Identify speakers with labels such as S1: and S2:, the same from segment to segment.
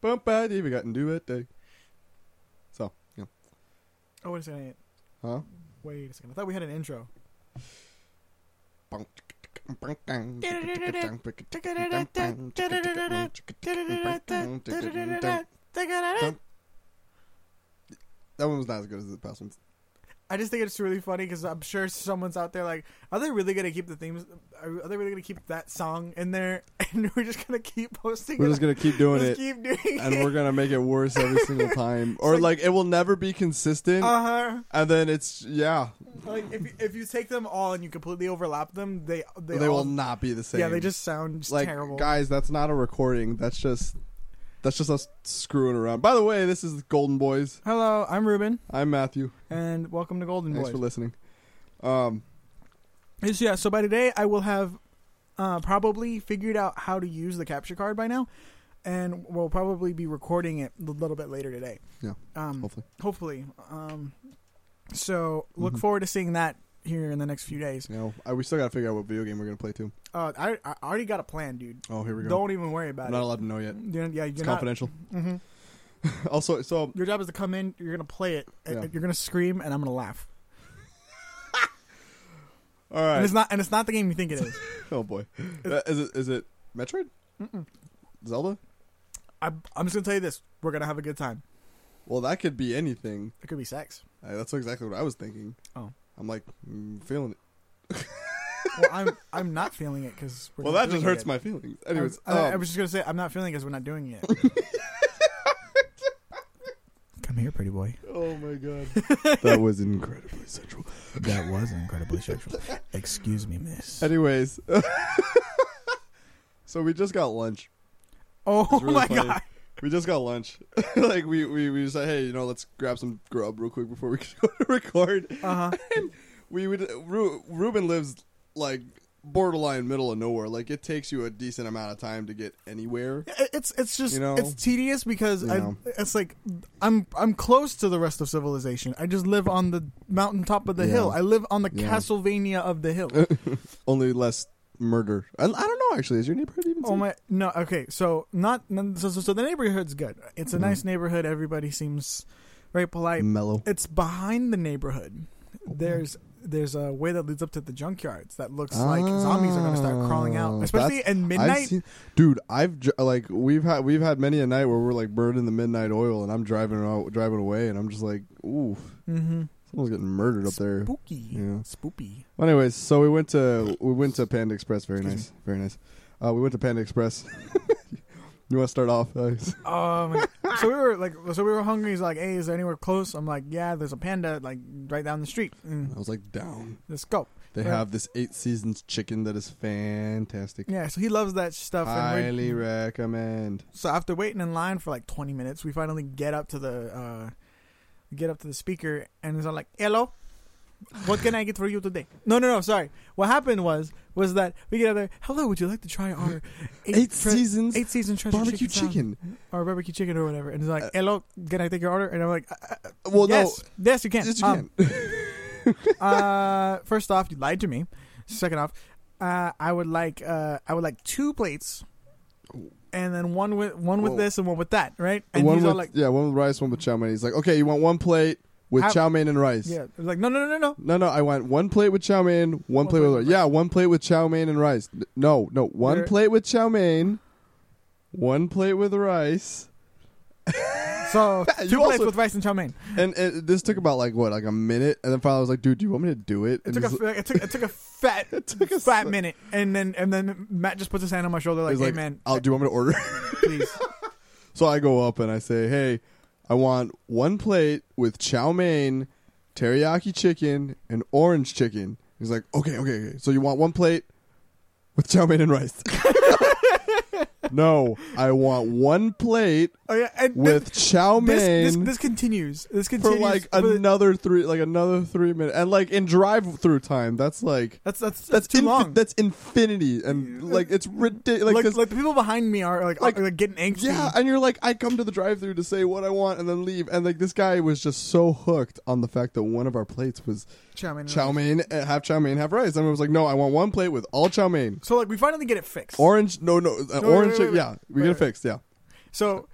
S1: Bump buddy, we got to do it day. So, yeah.
S2: Oh, wait a second.
S1: Huh?
S2: Wait a second. I thought we had an intro.
S1: That one was not as good as the past ones.
S2: I just think it's really funny because I'm sure someone's out there like, are they really gonna keep the themes? Are, are they really gonna keep that song in there? And we're just gonna keep posting.
S1: We're
S2: it.
S1: just gonna keep doing
S2: Just
S1: it,
S2: keep doing
S1: and we're gonna make it worse every single time, or like it will never be consistent.
S2: Uh huh.
S1: And then it's yeah,
S2: Like if you, if you take them all and you completely overlap them, they they,
S1: they,
S2: all,
S1: will not be the same.
S2: yeah they just sound just
S1: like
S2: terrible.
S1: guys, that's not a recording. That's just that's just us screwing around. By the way, this is Golden Boys.
S2: Hello, I'm Ruben,
S1: I'm Matthew.
S2: and welcome to Golden
S1: Thanks
S2: Boys.
S1: for listening. Um,
S2: Yes, yeah, so by today I will have uh, probably figured out how to use the capture card by now, and we'll probably be recording it a little bit later today.
S1: Yeah,
S2: Um,
S1: hopefully.
S2: Hopefully. Um, so look
S1: Mhm.
S2: forward to seeing that here in the next few days.
S1: you know, I, we still gotta figure out what video game we're gonna play too.
S2: Uh, I, I already got a plan, dude.
S1: Oh, here we go.
S2: Don't even worry
S1: I'm
S2: about
S1: not
S2: it.
S1: allowed to know yet.
S2: You're- yeah, you're
S1: It's
S2: not-
S1: confidential.
S2: mhm.
S1: also, so
S2: Your job is to come in. You're gonna play it. and-
S1: Yeah.
S2: and You're gonna scream, and I'm gonna laugh.
S1: all
S2: And
S1: right.
S2: it's not. And it's not the game you think it is.
S1: Oh boy, Uh, is it is it Metroid?
S2: Mm-mm.
S1: Zelda?
S2: I, I'm just gonna tell you this. We're gonna have a good time.
S1: Well, that could be anything.
S2: It could be sex.
S1: Uh, that's exactly what I was thinking.
S2: Oh.
S1: I'm like mm, feeling it.
S2: Well, I'm I'm not feeling it because
S1: Well, that just hurts my feelings. Anyways,
S2: I, was- I- I
S1: um,
S2: was just gonna say I'm not feeling it because we're not doing it. Come here, pretty boy.
S1: oh my god, that was incredibly central.
S2: That was incredibly sexual. Excuse me, miss.
S1: Anyways, so we just got lunch.
S2: Oh
S1: It's really
S2: my
S1: funny.
S2: god!
S1: We just got lunch. like we we we said, hey, you know, let's grab some grub real quick before we go to record.
S2: Uh huh.
S1: We would. Ru, Ruben lives like borderline middle of nowhere. Like it takes you a decent amount of time to get anywhere.
S2: It's it's just
S1: You know?
S2: it's tedious because
S1: You
S2: I
S1: know.
S2: it's like I'm I'm close to the rest of civilization. I just live on the mountaintop of the
S1: Yeah.
S2: hill. I live on the
S1: Yeah.
S2: Castlevania of the hill.
S1: Only less murder. I, I don't know. Actually, is your neighborhood even?
S2: Oh my! No, okay. So not none- so. So, so the neighborhood's good. It's
S1: Mm-hmm.
S2: a nice neighborhood. Everybody seems very polite.
S1: mellow.
S2: It's behind the neighborhood. There's there's a way that leads up to the junkyards that looks like zombies are going to start crawling
S1: Ah,
S2: out, especially
S1: that's-
S2: at
S1: I've
S2: midnight.
S1: seen, dude. I've dr- like we've had we've had many a night where we're like burning the midnight oil, and I'm driving out, driving away, and I'm just like, ooh,
S2: mm-hmm.
S1: someone's getting murdered up there.
S2: Spooky,
S1: Yeah.
S2: spooky.
S1: Well, anyways, so we went to we went to Panda Express. Very
S2: Excuse
S1: nice, very nice. Uh, we went to Panda Express. you want to start off? Uh,
S2: Um, so we were like, so we were hungry. He's like, "Hey, is there anywhere close?" I'm like, "Yeah, there's a panda like right down the street. Mm,
S1: I was like, down.
S2: let's go."
S1: They
S2: Yeah.
S1: have this eight seasons chicken that is fantastic.
S2: Yeah, so he loves that stuff. and
S1: Highly
S2: we're-
S1: recommend.
S2: So after waiting in line for like 20 minutes, we finally get up to the uh, get up to the speaker, and he's all like, "Hello, what can I get for you today?" No, no, no, sorry. What happened was was that we get up there. Hello, would you like to try our
S1: Eight,
S2: tre-
S1: seasons
S2: eight season treasure
S1: barbecue
S2: chicken, salad?"
S1: chicken.
S2: or barbecue chicken or whatever?" And he's like,
S1: Uh,
S2: "Hello, can I take your order?" And I'm like, uh, uh,
S1: Well,
S2: "Yes, yes, you
S1: no,
S2: can."
S1: yes, you
S2: Um,
S1: can.
S2: uh, first off, you lied to me. Second off, uh, I would like uh, I would like two plates, and then one with one with
S1: Whoa.
S2: this and one with that, right? And
S1: one
S2: he's
S1: with
S2: all like,
S1: yeah, one with rice, one with chow mein. He's like, okay, you want one plate with
S2: How-
S1: chow mein and rice.
S2: yeah, I was like no, no, no, no, no.
S1: No, no, I want one plate with chow mein, one, plate, with rice. Yeah, one plate with chow mein and rice. N- No, no, one
S2: There-
S1: plate with chow mein, one plate with rice.
S2: So
S1: You
S2: two plates
S1: also-
S2: with rice and chow mein.
S1: And it, this took about like what, like a minute, and then finally I was like, dude, do you want me to do it?
S2: It
S1: And
S2: took
S1: he's
S2: a it took, it took a fat
S1: It took a
S2: fat
S1: sec.
S2: minute, and then and then Matt just puts his hand on my shoulder like,
S1: he's
S2: hey man,
S1: "Oh, do you want me to order?
S2: please.
S1: so I go up and I say, hey, I want one plate with chow mein, teriyaki chicken, and orange chicken. He's like, okay, okay, okay. So you want one plate with chow mein and rice? no, I want one plate
S2: Oh yeah, and
S1: with chow mein
S2: this, this, this, this continues. This
S1: for
S2: continues
S1: like
S2: for the-
S1: another three, like another three minutes, and like in drive-through time, that's like
S2: that's that's that's
S1: that's
S2: too
S1: infi-
S2: long.
S1: That's infinity, and like it's ridiculous.
S2: like, like the people behind me are like
S1: Like-
S2: are, like getting anxious.
S1: yeah, and you're like, I come to the drive-through to say what I want and then leave, and like this guy was just so hooked on the fact that one of our plates was
S2: chow mein.
S1: chow mein, uh, half chow mein, half rice, and I was like, no, I want one plate with all chow mein,
S2: So like we finally get it fixed.
S1: orange, no, no, uh,
S2: wait,
S1: orange,
S2: wait,
S1: chick-
S2: wait.
S1: yeah, we
S2: Wait,
S1: get it
S2: wait.
S1: fixed, yeah.
S2: so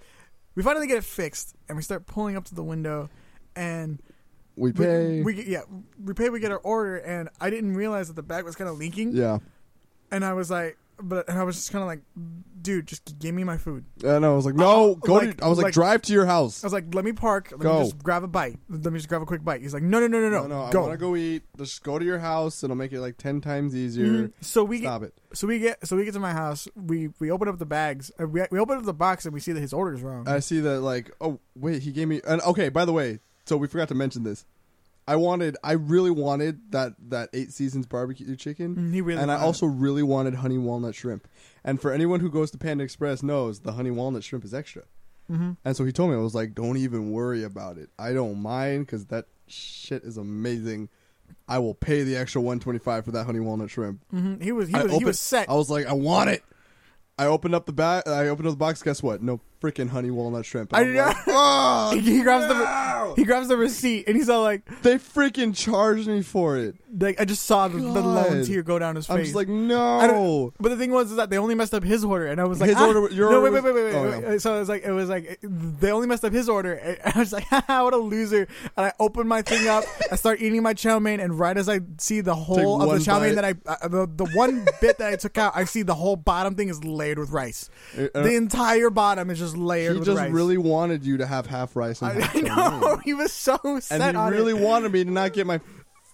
S2: we finally get it fixed, and we start pulling up to the window, and
S1: We
S2: we,
S1: pay,
S2: we get- yeah we pay we get our order, and I didn't realize that the bag was kind of leaking,
S1: yeah,
S2: and I was like, but and I was just kind of like, dude, just give me my food.
S1: and I was like, no,
S2: Uh,
S1: go
S2: like-
S1: to, I was like,
S2: like-
S1: drive to your house.
S2: I was like, let me park, let
S1: Go.
S2: me just grab a bite, let me just grab a quick bite. He's like, no, no, no, no, no,
S1: no, no, I
S2: go.
S1: want to go eat. Just go to your house. It'll make it like ten times easier.
S2: Mhm. So we get,
S1: Stop it.
S2: so we get so we get to my house. We we open up the bags. uh, We, we open up the box and we see that his order's wrong.
S1: I see that like oh wait he gave me and okay by the way so we forgot to mention this I wanted I really wanted that that eight seasons barbecue chicken
S2: Mm, he really
S1: and I
S2: wanted it.
S1: also really wanted honey walnut shrimp and for anyone who goes to Panda Express knows the honey walnut shrimp is extra
S2: Mhm.
S1: and so he told me I was like don't even worry about it I don't mind because that shit is amazing I will pay the extra one twenty five for that honey walnut shrimp
S2: hmm He was he
S1: I
S2: was, he
S1: opened-
S2: was set.
S1: I was like, I want it. I opened up the bag. I opened up the box. Guess what? No freaking honey walnut shrimp.
S2: I
S1: I'm
S2: know.
S1: like, "Oh,
S2: he, he grabs
S1: no!"
S2: the he grabs the receipt and he's all like,
S1: They freaking charged me for it.
S2: like I just saw the, the lone
S1: God.
S2: tear go down his face.
S1: I'm just like,
S2: I
S1: no.
S2: don't- but the thing was is that they only messed up his order, and I was like,
S1: His
S2: ah,
S1: order- your
S2: no,
S1: order
S2: wait, wait, wait, wait, wait.
S1: was- oh,
S2: wait. So it was like, it was like they only messed up his order. And I was like, haha, what a loser! And I open my thing up, I start eating my chow mein, and right as I see the whole of
S1: one
S2: the chow mein
S1: bite.
S2: that I, uh, the, the one bit that I took out, I see the whole bottom thing is layered with rice.
S1: Uh, uh,
S2: the entire bottom is just layered
S1: He
S2: with
S1: just
S2: rice.
S1: really wanted you to have half rice and
S2: I,
S1: half
S2: I
S1: salmon.
S2: know he was so set
S1: And he
S2: on
S1: really
S2: it.
S1: wanted me to not get my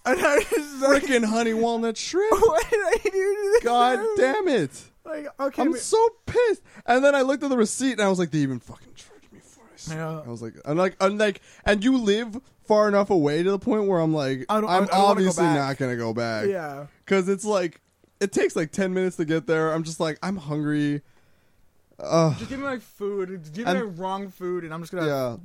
S2: And I was like,
S1: freaking honey walnut shrimp.
S2: Why did I do this?
S1: God damn it!
S2: Like, okay,
S1: I'm
S2: but-
S1: so pissed. And then I looked at the receipt and I was like, they even fucking charged me for this.
S2: Yeah.
S1: I was like, I'm like, I'm like, and you live far enough away to the point where I'm like,
S2: I don't- I-
S1: I'm
S2: I don't wanna go
S1: obviously
S2: back.
S1: not gonna go back.
S2: yeah.
S1: Cause it's like, it takes like ten minutes to get there. I'm just like, I'm hungry. Uh,
S2: Just give me my food. Just give
S1: And-
S2: me my wrong food, and I'm just gonna.
S1: yeah.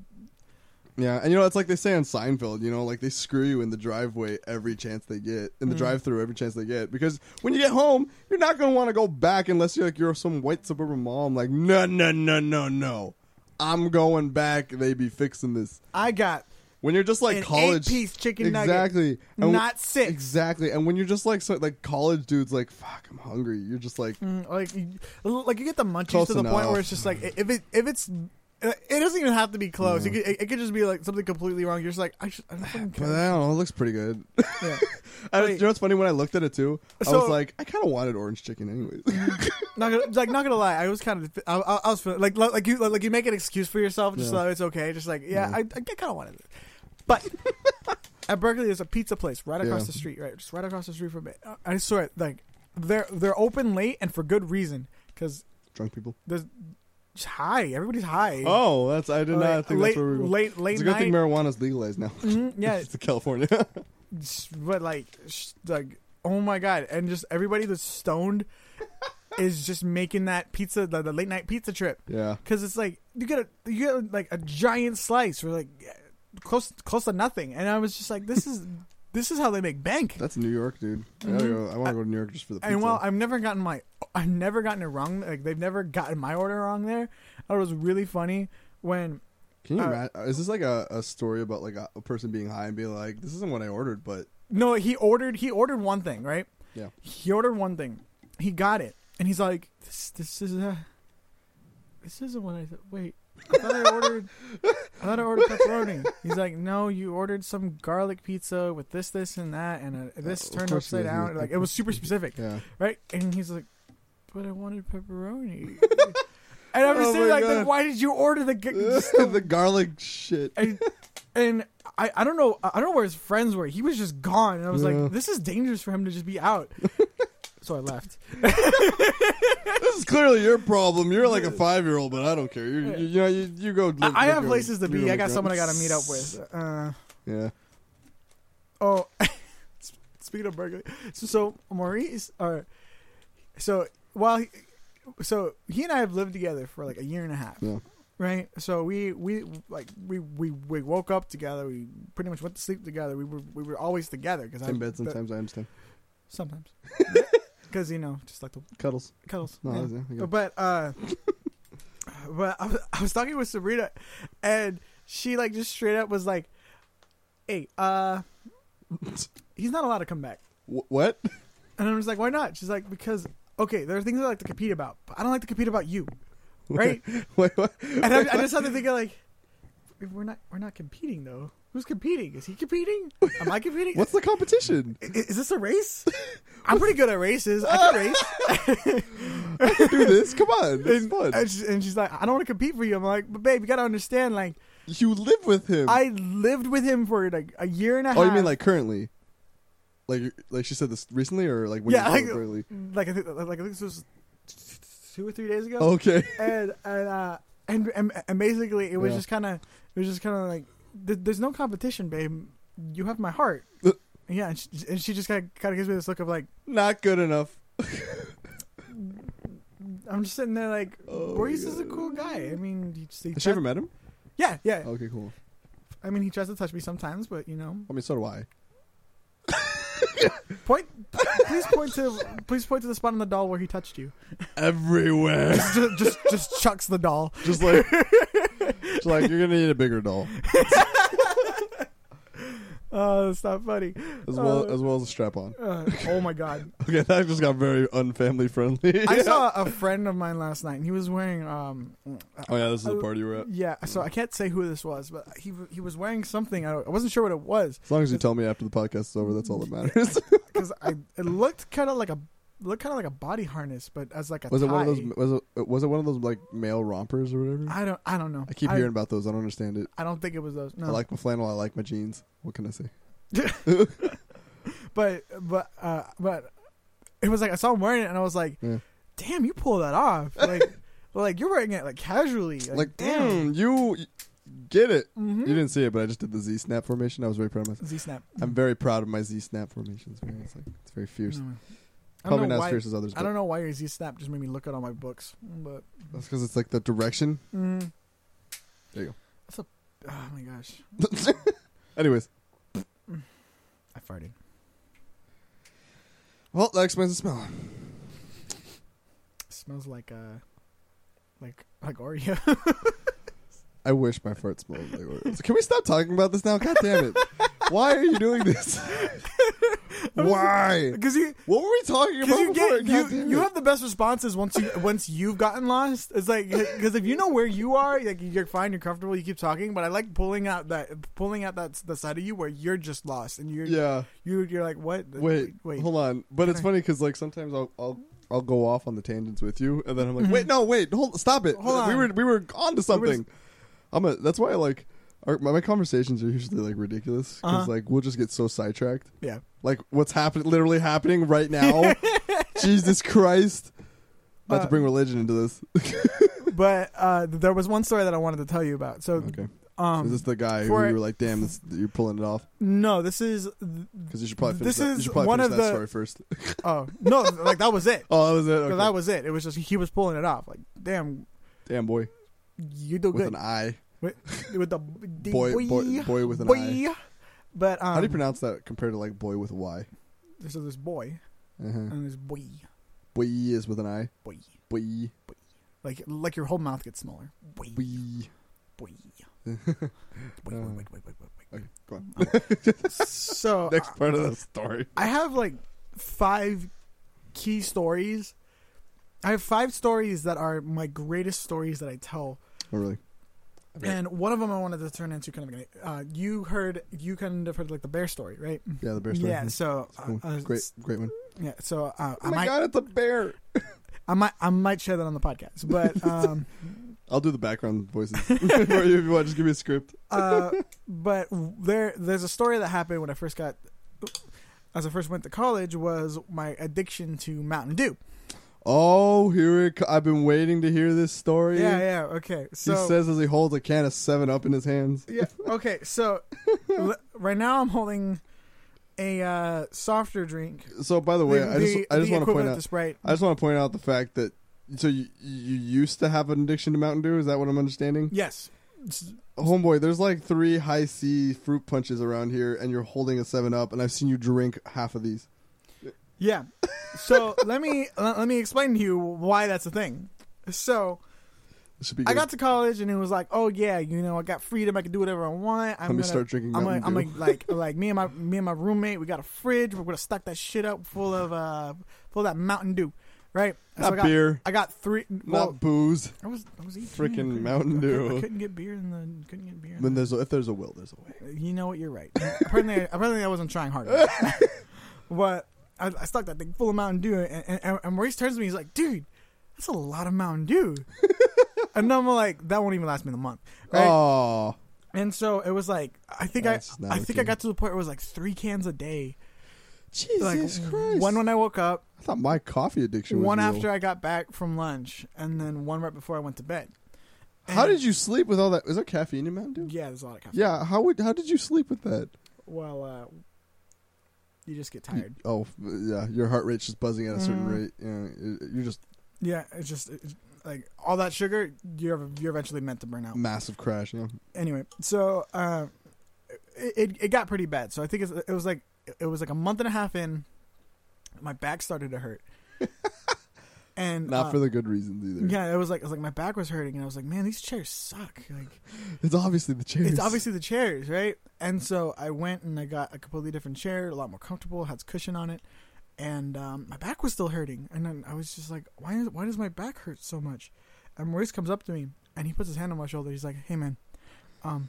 S1: Yeah, and you know it's like they say on Seinfeld, you know, like they screw you in the driveway every chance they get, in
S2: Mm.
S1: the drive-through every chance they get, because when you get home, you're not gonna want to go back unless you're like you're some white suburban mom, like no, no, no, no, no, I'm going back. They be fixing this
S2: I got
S1: when you're just like
S2: an
S1: college
S2: eight-piece chicken nugget,
S1: exactly, And w-
S2: not six.
S1: exactly, and when you're just like so, like college dudes, like fuck, I'm hungry. You're just like
S2: Mm, like, you- like you get the munchies
S1: Close
S2: to the point
S1: enough.
S2: where it's just like if it if it's. uh, It doesn't even have to be close.
S1: Mm.
S2: It, could, it, it could just be like something completely wrong. You're just like, I, should, I don't fucking
S1: But
S2: care.
S1: I don't know. It looks pretty good.
S2: Yeah.
S1: And
S2: Wait.
S1: you know what's funny? When I looked at it too, I
S2: So-
S1: was like, I kind of wanted orange chicken anyways.
S2: not gonna, like not gonna lie, I was kind of I, I, I was feeling, like like like you like, you make an excuse for yourself just
S1: Yeah.
S2: so it's okay. Just like yeah,
S1: Yeah.
S2: I, I kind of wanted it, but at Berkeley there's a pizza place right across
S1: Yeah.
S2: the street, right, just right across the street from it. Uh, I swear, like they're they're open late and for good reason because
S1: Drunk people.
S2: there's it's high, everybody's high.
S1: Oh, that's I did not
S2: Like,
S1: think
S2: late
S1: that's where we were. Going.
S2: late late
S1: it's a good
S2: night.
S1: thing marijuana's legalized now.
S2: Mhm, yeah,
S1: it's California.
S2: s- but like sh- like oh my god and just everybody that's stoned is just making that pizza the, the late night pizza trip
S1: yeah,
S2: because it's like you get a you get like a giant slice or like close close to nothing and i was just like this is this is how they make bank
S1: that's New York, dude. I, gotta
S2: Mhm.
S1: go, I want to go to New York just for the pizza.
S2: and while i've never gotten my i've never gotten it wrong like they've never gotten my order wrong there i thought it was really funny when
S1: Can you
S2: uh,
S1: imagine? Is this like a, a story about like a, a person being high and being like, "This isn't what I ordered," but
S2: No, he ordered. He ordered one thing, right?
S1: Yeah.
S2: He ordered one thing. He got it, and he's like, "This, this is a, this isn't what I th- wait." I thought I ordered. I thought I ordered pepperoni. He's like, "No, you ordered some garlic pizza with this, this, and that, and uh this
S1: of
S2: turned
S1: course he
S2: upside
S1: does. He
S2: down."
S1: was
S2: Like it was super specific,
S1: yeah,
S2: right? And he's like, "But I wanted pepperoni." and I'm just
S1: Oh
S2: sitting
S1: my
S2: like, then
S1: God.
S2: "Why did you order the?" g-
S1: the garlic shit.
S2: and and I, I don't know I don't know where his friends were. He was just gone, and I was
S1: Yeah.
S2: like, this is dangerous for him to just be out. so I left.
S1: This is clearly your problem. You're like a five year old, but I don't care. You you, you know you, you go. Live,
S2: I, I
S1: you
S2: have
S1: go-
S2: places to
S1: you
S2: be. I
S1: live
S2: got
S1: your-
S2: someone I got to meet up with. Uh,
S1: Yeah.
S2: oh, speaking of Berkeley, so, so Maurice, or so while he, so he and I have lived together for like a year and a half.
S1: Yeah.
S2: Right. So we we like we we we woke up together. We pretty much went to sleep together. We were we were always together because
S1: In bed sometimes, I understand.
S2: Sometimes. Because you know, just like the
S1: Cuddles.
S2: cuddles.
S1: No,
S2: Yeah.
S1: that's- yeah, I get it.
S2: But uh, but I was, I was talking with Sabrina, and she like just straight up was like, "Hey, uh, he's not allowed to come back."
S1: Wh- what?
S2: And I was like, "Why not?" She's like, "Because okay, there are things I like to compete about, but I don't like to compete about you, right?"
S1: Wait, what?
S2: and I, I just started thinking like, "We're not we're not competing though. Who's competing? Is he competing? Am I competing?
S1: What's the competition?
S2: I- is this a race? I'm pretty good at races. I can race."
S1: Do this? Come on, it's
S2: And,
S1: fun.
S2: and she- and she's like, I don't want to compete for you. I'm like, but babe, you gotta understand. Like,
S1: you live with him.
S2: I lived with him for like a year and a half.
S1: oh, you mean like currently? Like, like she said this recently, or like when
S2: Yeah,
S1: you
S2: like-
S1: like, currently?
S2: like I think like I think this was two or three days ago.
S1: Okay.
S2: And and uh and and, and basically it was
S1: Yeah.
S2: just kind of it was just kind of like th- there's no competition, babe. You have my heart.
S1: Uh.
S2: yeah, and she, and she just kind of kind of gives me this look of like
S1: Not good enough.
S2: I'm just sitting there like
S1: Oh
S2: Boris
S1: my
S2: is a
S1: God.
S2: cool guy. I mean, he, he
S1: Has she
S2: tries-
S1: ever Oh. met him?
S2: yeah, yeah.
S1: Okay, cool.
S2: I mean, he tries to touch me sometimes, but you know,
S1: I mean, so do I.
S2: Point. Please point to. Please point to the spot on the doll where he touched you.
S1: Everywhere.
S2: Just, just, just chucks the doll.
S1: just like, just like you're gonna need a bigger doll,
S2: Oh, it's not funny.
S1: as well
S2: Uh,
S1: as well as a strap on.
S2: Uh, oh my god!
S1: Okay, that just got very unfamily friendly.
S2: I saw a friend of mine last night, and he was wearing um.
S1: Oh yeah, this is the party we're at.
S2: Yeah, so I can't say who this was, but he he was wearing something. I, don't- I wasn't sure what it was
S1: As long as you tell me after the podcast is over, that's all that matters.
S2: because I it looked kind of like a looked kind of like a body harness, but as like a
S1: was it one of
S2: tie.
S1: those? Was it was it one of those like male rompers or whatever? I,
S2: I don't I don't know.
S1: keep hearing about those. I don't understand it.
S2: I don't think it was those. No,
S1: I like my flannel. I like my jeans. What can I say?
S2: but but uh but it was like I saw him wearing it and I was like,
S1: Yeah.
S2: damn, you pull that off. Like like you're wearing it like casually. Like,
S1: Like,
S2: damn.
S1: mm, you get it.
S2: Mm-hmm.
S1: You didn't see it, but I just did the Z snap formation. I was very proud of myself.
S2: Z snap.
S1: I'm very proud of my Z snap formations. Man. It's like it's very fierce.
S2: Hmm. No. Mm-hmm. I
S1: Probably
S2: don't know
S1: not
S2: why.
S1: as fierce as others.
S2: I
S1: But
S2: don't know why your Z snap just made me look at all my books, but
S1: That's because it's like the direction.
S2: mm,
S1: There you
S2: That's a oh my gosh,
S1: go. Anyways,
S2: I farted.
S1: well that explains the smell.
S2: It smells like uh like like Oreo.
S1: I wish my fart smelled like Oreos. Can we stop talking about this now? God damn it! Why are you doing this? Why?
S2: Because you
S1: What were we talking about?
S2: Because you
S1: before?
S2: get
S1: God
S2: you,
S1: damn
S2: you
S1: it.
S2: have the best responses once you once you've gotten lost. It's like because if you know where you are, like you're fine, you're comfortable, you keep talking. But I like pulling out that pulling out that the side of you where you're just lost and you're
S1: yeah.
S2: you you're like what
S1: Wait,
S2: wait
S1: hold on. But it's
S2: I-
S1: funny because like sometimes I'll I'll I'll go off on the tangents with you, and then I'm like,
S2: Mhm.
S1: wait, no, wait, hold, stop it.
S2: Hold
S1: we
S2: on.
S1: were we were on to something. I'm a. That's why I like. Our, my, my conversations are usually like ridiculous because
S2: Uh-huh.
S1: like we'll just get so sidetracked.
S2: yeah
S1: Like what's happening, literally happening right now. Jesus Christ! Not
S2: Uh,
S1: to bring religion into this.
S2: but uh, there was one story that I wanted to tell you about. So
S1: okay,
S2: um
S1: is this the guy who
S2: for-
S1: you were like, damn, this, you're pulling it off?
S2: no this is
S1: Because you should probably finish
S2: This
S1: that, you
S2: is
S1: should probably
S2: one
S1: finish
S2: of
S1: that
S2: the-
S1: story first.
S2: oh no like that was it
S1: oh, that was it.
S2: No,
S1: Okay.
S2: that was it it was just he was pulling it off like damn
S1: damn boy
S2: you do
S1: with
S2: Oh, good
S1: an eye.
S2: with, with the
S1: Boy, boy, boy with an eye.
S2: boy. But um,
S1: How do you pronounce that compared to like boy with a Y?
S2: so this boy
S1: Uh-huh.
S2: and this boy,
S1: Boy is with an I.
S2: boy,
S1: Boy,
S2: like like your whole mouth gets smaller. Boy, boy,
S1: boy.
S2: boy, boy,
S1: Uh,
S2: boy, boy, boy, boy.
S1: Okay, go on.
S2: So
S1: Next
S2: uh,
S1: part of the story.
S2: I have like five key stories. I have five stories that are my greatest stories that I tell,
S1: Oh, really? Okay.
S2: and one of them I wanted to turn into kind of. a- Uh, you heard, you kind of heard like the bear story, right?
S1: Yeah, the bear story.
S2: Yeah. So uh,
S1: Cool.
S2: uh,
S1: great, great one.
S2: Yeah. So uh, I
S1: oh my
S2: might,
S1: god, it's a bear!
S2: I might, I might share that on the podcast, but um,
S1: I'll do the background voices for you if you want. Just give me a script.
S2: Uh, but there there's a story that happened when I first got as I first went to college was my addiction to Mountain Dew.
S1: Oh, here it! Co- I've been waiting to hear this story.
S2: Yeah, yeah, okay. So
S1: he says as he holds a can of Seven Up in his hands.
S2: yeah, okay. So l- right now I'm holding a uh, softer drink.
S1: So, by the way, Oh, I just I just want to point
S2: equivalent
S1: out
S2: Sprite.
S1: I just want to point out the fact that so you, you used to have an addiction to Mountain Dew? Is that what I'm understanding?
S2: Yes. It's-
S1: Homeboy, there's like three high C fruit punches around here, and you're holding a Seven Up, and I've seen you drink half of these.
S2: Yeah. So let me let let me explain to you why that's a thing. So
S1: This should be. Good.
S2: I got to college and it was like, oh yeah, you know, I got freedom. I can do whatever I want. I'm
S1: Let me
S2: gonna-
S1: start drinking
S2: I'm,
S1: Mountain
S2: gonna, I'm
S1: Dew.
S2: gonna, like like me and my me and my roommate. We got a fridge. We're gonna stock that shit up full of uh full of that Mountain Dew, right? So
S1: Not
S2: I got,
S1: beer.
S2: I got three. Well,
S1: not booze.
S2: I was I was 18. I
S1: Frickin'
S2: couldn't-
S1: Mountain
S2: I couldn't-
S1: Dew.
S2: I couldn't get beer in the couldn't get beer. In
S1: When
S2: the,
S1: there's a, if there's a will, there's a way.
S2: you know what? You're right. apparently, apparently I wasn't trying hard. enough. but I, I stuck that thing full of Mountain Dew, and, and, and Maurice turns to me, he's like, "Dude, that's a lot of Mountain Dew." and I'm like, "That won't even last me the month." Right?
S1: Oh,
S2: And so it was like I think
S1: That's just not
S2: I I think
S1: okay.
S2: I got to the point where it was like three cans a day. Like
S1: Jesus Christ!
S2: one when I woke up,
S1: I thought my coffee addiction was
S2: one
S1: real.
S2: after I got back from lunch, and then one right before I went to bed.
S1: How
S2: And-
S1: did you sleep with all that? Is there caffeine in Mountain Dew?
S2: Yeah, there's a lot of caffeine.
S1: Yeah. How would? How did you sleep with that?
S2: Well, uh, you just get tired.
S1: Oh, yeah. Your heart rate's just buzzing at a certain
S2: Mm.
S1: rate. Yeah, you're just
S2: Yeah, it's just it's, like all that sugar. You're you're eventually meant to burn out.
S1: massive crash. Yeah.
S2: anyway, so uh, it, it it got pretty bad. So I think it's, it was like it was like a month and a half in, my back started to hurt, and
S1: Not
S2: uh,
S1: for the good reasons either.
S2: yeah, it was like it was like my back was hurting, and I was like, man, these chairs suck. Like
S1: It's obviously the chairs.
S2: it's obviously the chairs, right? And so I went and I got a completely different chair, a lot more comfortable, had cushion on it, and um, my back was still hurting. And then I was just like, why is, why does my back hurt so much? And Maurice comes up to me and he puts his hand on my shoulder. He's like, hey man, um,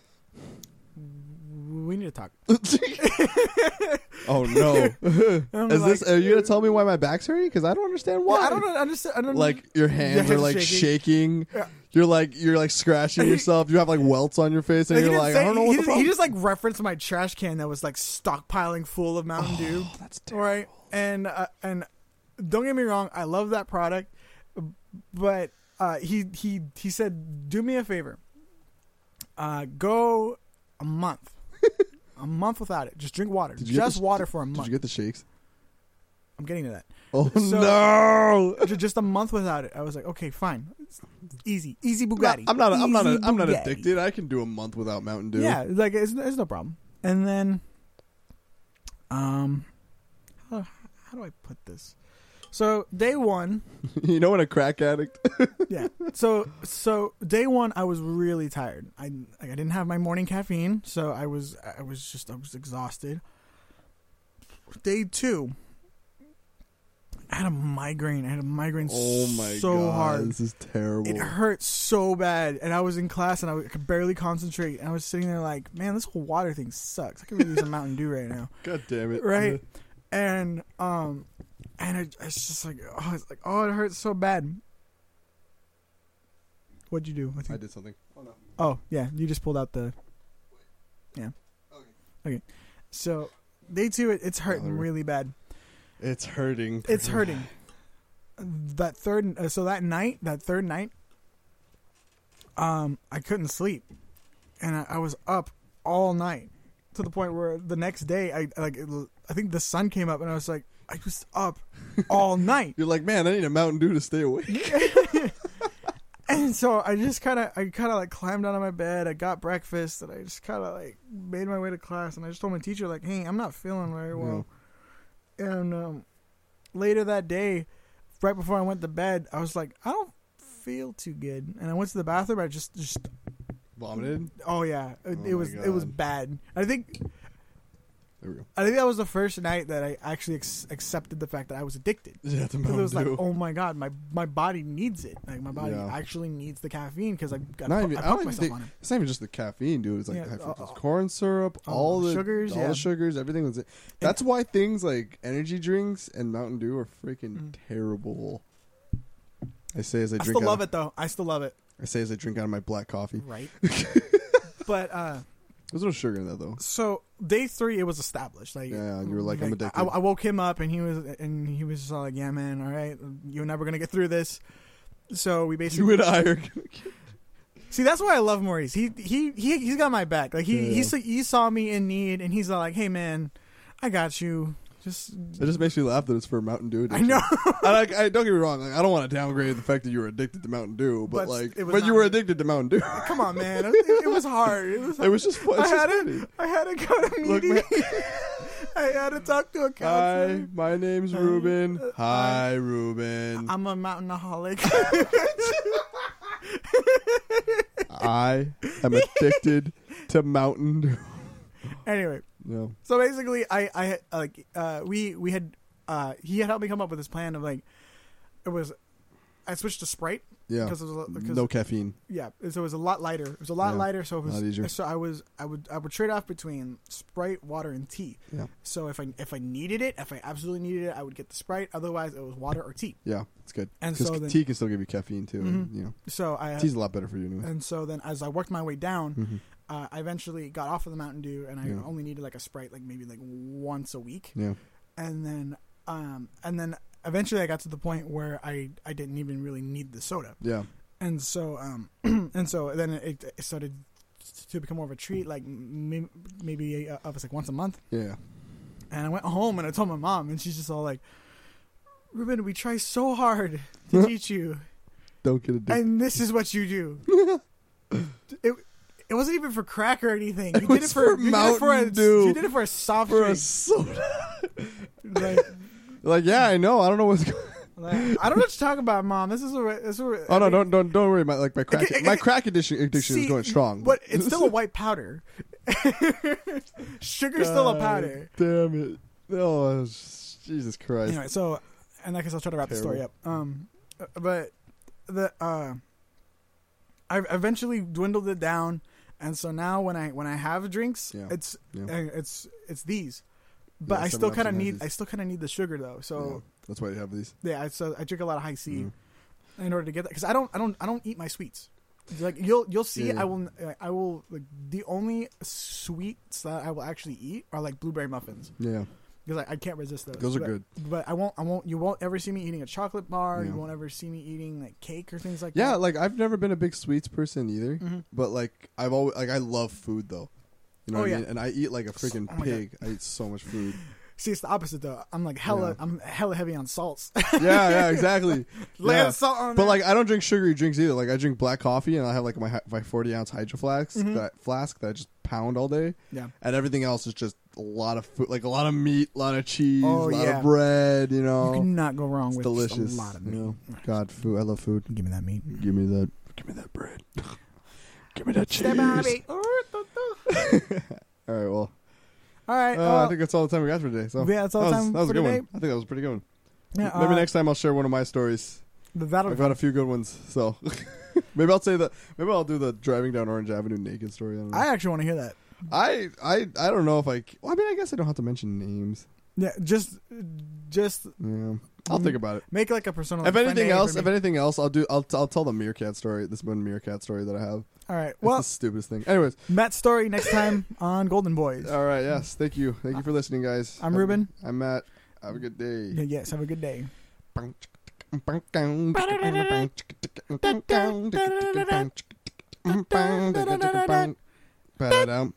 S2: w- we need to talk.
S1: oh no!
S2: And I'm
S1: Is
S2: like,
S1: this? Are you gonna tell me why my back's hurting? Because I don't understand why.
S2: I don't know. I just I don't
S1: Like your hands are
S2: hands
S1: like shaking.
S2: Yeah.
S1: You're like you're like scratching yourself. You have like welts on your face, and
S2: Like, he,
S1: you're
S2: didn't
S1: like,
S2: say-
S1: I don't know
S2: he
S1: what the
S2: just-
S1: problem.
S2: he just like referenced my trash can that was like stockpiling full of Mountain Dew.
S1: Oh, That's
S2: All right, and uh, and don't get me wrong, I love that product, but uh, he he he said, do me a favor, uh, go a month, a month without it. Just drink water,
S1: Did you get
S2: just
S1: this-
S2: water for a
S1: Did
S2: month.
S1: you get the shakes?
S2: I'm getting to that.
S1: Oh
S2: So-
S1: no!
S2: Ju- just a month without it. I was like, okay, fine, It's easy, easy
S1: Not-
S2: Bugatti.
S1: I'm not. I'm not. A,
S2: Easy
S1: I'm not
S2: Bugatti.
S1: addicted. I can do a month without Mountain Dew.
S2: Yeah, like it's, it's no problem. And then, um, how, how do I put this? So day one,
S1: you know, when a crack addict.
S2: yeah. So so day one, I was really tired. I I didn't have my morning caffeine, so I was I was just I was exhausted. Day two, I had a migraine. I had a migraine
S1: Oh my
S2: so
S1: god!
S2: hard.
S1: This is terrible.
S2: It hurt so bad, and I was in class and I w- could barely concentrate. And I was sitting there like, man, this whole water thing sucks. I could really use a Mountain Dew right now,
S1: God damn it!
S2: right? and um, and it, it's just like, oh, it's like, oh, it hurts so bad. What'd you do? I
S1: I
S2: think-
S1: did something. Oh no!
S2: oh yeah, you just pulled out the. Yeah. Okay. So day two, it, it's hurting
S1: Gallery.
S2: really bad.
S1: It's hurting.
S2: It's hurting. That third, uh, so that night, that third night, um, I couldn't sleep, and I, I was up all night to the point where the next day, I like, it, I think the sun came up, and I was like, I was up all night,
S1: You're like, man, I need a Mountain Dew to stay awake.
S2: and so I just kind of, I kind of like climbed out of my bed, I got breakfast, and I just kind of like made my way to class, and I just told my teacher like, hey, I'm not feeling very well. and um, later that day, right before I went to bed, I was like, I don't feel too good, and I went to the bathroom. I just, just,
S1: Vomited.
S2: oh yeah, it,
S1: Oh
S2: it
S1: my
S2: was, it was
S1: God.
S2: bad. I think,
S1: There we go.
S2: I think that was the first night that I actually ex- accepted the fact that I was addicted.
S1: Yeah, the
S2: Because
S1: Mountain
S2: it was like,
S1: Dew.
S2: oh my god, my my body needs it. Like my body
S1: Yeah.
S2: actually needs the caffeine because I got
S1: Not
S2: I,
S1: even- I
S2: I
S1: don't
S2: fucked
S1: even
S2: myself
S1: think-
S2: on it.
S1: It's not even just the caffeine, dude. It's like
S2: Yeah,
S1: high fructose
S2: uh, uh,
S1: corn syrup,
S2: uh,
S1: all the
S2: sugars,
S1: all
S2: yeah.
S1: the sugars, everything was. That's why things like energy drinks and Mountain Dew are freaking
S2: Mm.
S1: terrible. I say as I
S2: I
S1: drink.
S2: still
S1: out
S2: love
S1: of,
S2: it though. I still love it.
S1: I say as I drink out of my black coffee.
S2: Right. but uh
S1: There's no sugar in that though.
S2: so day three it was established like
S1: Yeah, you were like, I'm addicted.
S2: I, I woke him up and he was and he was just all like yeah man all right you and I were gonna get through this so we basically
S1: You and I are. gonna get-
S2: see that's why I love Maurice he he he he's got my back like he
S1: Yeah.
S2: he, sa- he saw me in need and he's all like hey man I got you Just
S1: It just makes me laugh that it's for Mountain Dew.
S2: I
S1: Addiction.
S2: know.
S1: I, like, I don't get me wrong. Like, I don't want to downgrade the fact that you were addicted to Mountain Dew, but,
S2: But
S1: like,
S2: it was
S1: but you
S2: not-
S1: were addicted to Mountain Dew.
S2: Come on, man. It, it was hard. It was.
S1: it was just. fun-
S2: I
S1: It's
S2: had
S1: just
S2: to. I had to go to
S1: Look,
S2: meeting.
S1: man.
S2: I had to talk to a
S1: Hi,
S2: counselor.
S1: my name's
S2: Uh,
S1: Ruben.
S2: uh,
S1: Hi, Ruben.
S2: I'm a mountainaholic.
S1: I am addicted to Mountain Dew.
S2: anyway,
S1: No.
S2: so basically, I I like uh, we we had uh, he had helped me come up with this plan of like it was I switched to Sprite
S1: Yeah.
S2: because it was because
S1: No caffeine.
S2: yeah so it was a lot lighter. It was a lot
S1: Yeah,
S2: lighter, so it was
S1: lot easier.
S2: so I was I would I would trade off between Sprite, water, and tea.
S1: Yeah.
S2: So if I if I needed it, if I absolutely needed it, I would get the Sprite. Otherwise, it was water or tea.
S1: Yeah, it's good.
S2: And
S1: Because
S2: so then- Mm-hmm.
S1: tea can still give you caffeine too. And, you know,
S2: So I
S1: tea's a lot better for you anyway. Mm-hmm.
S2: And so then, as I worked my way down, uh, I eventually got off of the Mountain Dew, and I
S1: Yeah.
S2: only needed like a Sprite, like maybe like once a week.
S1: Yeah.
S2: And then, um, and then eventually, I got to the point where I I didn't even really need the soda.
S1: Yeah.
S2: And so, um, and so then it, it started to become more of a treat, like m- maybe uh, of us like once a month.
S1: Yeah.
S2: And I went home and I told my mom, and she's just all like, "Ruben, we try so hard to teach you."
S1: Don't get addicted.
S2: and this is what you do. it, it wasn't even for crack or anything. You did it
S1: was
S2: for,
S1: for
S2: you did it for a,
S1: Mountain Dew.
S2: You did it for a soft
S1: for a
S2: drink.
S1: soda.
S2: like,
S1: like, yeah, I know. I don't know what's going.
S2: like, I don't know what to talk about, mom. This is a this is a,
S1: Oh no, don't don't don't worry. My like my crack
S2: Okay,
S1: my
S2: okay.
S1: crack addiction addiction is
S2: See,
S1: going strong.
S2: But it's still a white powder. Sugar's still a
S1: God
S2: powder.
S1: Damn it! Oh it's- Jesus Christ!
S2: Anyway, so and I guess I'll try to wrap the story up.
S1: Terrible.
S2: Um, uh, but the uh, I eventually dwindled it down, and so now when I when I have drinks,
S1: Yeah.
S2: it's
S1: Yeah.
S2: uh, it's it's these. But
S1: Yeah,
S2: I still
S1: 7-Up
S2: kind of
S1: has
S2: need
S1: these.
S2: I still kind of need the sugar though. So
S1: Yeah, Mm-hmm. that's why you have these.
S2: yeah, I, so I drink a lot of high C in order to get that because I don't I don't I don't eat my sweets. It's Like you'll you'll see
S1: Yeah.
S2: I will uh, I will like the only sweets that I will actually eat are like blueberry muffins
S1: Yeah,
S2: because I, I can't resist those.
S1: those are
S2: But-
S1: good.
S2: but I won't. I won't. You won't ever see me eating a chocolate bar.
S1: Yeah.
S2: You won't ever see me eating like cake or things like
S1: Yeah,
S2: that.
S1: like I've never been a big sweets person either,
S2: Mhm.
S1: but like I've always like I love food though. You know
S2: Oh,
S1: what
S2: yeah.
S1: I mean? And I eat like a freaking
S2: Oh my God.
S1: pig. I eat so much food.
S2: See, it's the opposite though. I'm like hella.
S1: Yeah.
S2: I'm hella heavy on salts.
S1: yeah, yeah, exactly.
S2: Lay
S1: Yeah.
S2: the salt on.
S1: But
S2: there.
S1: like, I don't drink sugary drinks either. Like, I drink black coffee, and I have like my hi- my forty ounce hydro flask
S2: Mm-hmm.
S1: that flask that I just pound all day.
S2: Yeah.
S1: and everything else is just a lot of food, like a lot of meat, a lot of cheese,
S2: Oh,
S1: a lot
S2: yeah.
S1: of bread. You know,
S2: you cannot go wrong
S1: uh, it's
S2: with
S1: delicious.
S2: just a lot of meat.
S1: you know? God, food. I love food.
S2: Give me that meat.
S1: Give me that. Give me that bread. give me that cheese.
S2: Step out of it.
S1: All right. Well,
S2: All right.
S1: uh,
S2: well,
S1: I think that's all the time we got for today. So
S2: yeah, that's all
S1: that
S2: the
S1: was,
S2: time
S1: that was a
S2: for
S1: good
S2: today.
S1: one. I think that was a pretty good one.
S2: Yeah,
S1: Maybe
S2: uh,
S1: next time I'll share one of my stories.
S2: That'll
S1: I've got a few good ones, so maybe I'll say the maybe I'll do the driving down Orange Avenue naked story. I don't know.
S2: I actually want to hear that.
S1: I I, I don't know if I. c- Well, I mean, I guess I don't have to mention names.
S2: Yeah, just, just
S1: Yeah, I'll think about it.
S2: make like a personal.
S1: if
S2: friend
S1: anything
S2: day for
S1: else,
S2: me.
S1: if anything else, I'll do. I'll, I'll tell the meerkat story. This one meerkat story that I have. It's
S2: all right.
S1: the
S2: Well,
S1: stupidest thing. Anyways,
S2: Matt's story next time on Golden Boys.
S1: all right. Yes, thank you. Thank you for listening, guys.
S2: Uh, I'm Ruben.
S1: I'm Matt. Have a good
S2: Yeah,
S1: day.
S2: yes. Have a good day.
S1: Ba-da-dum.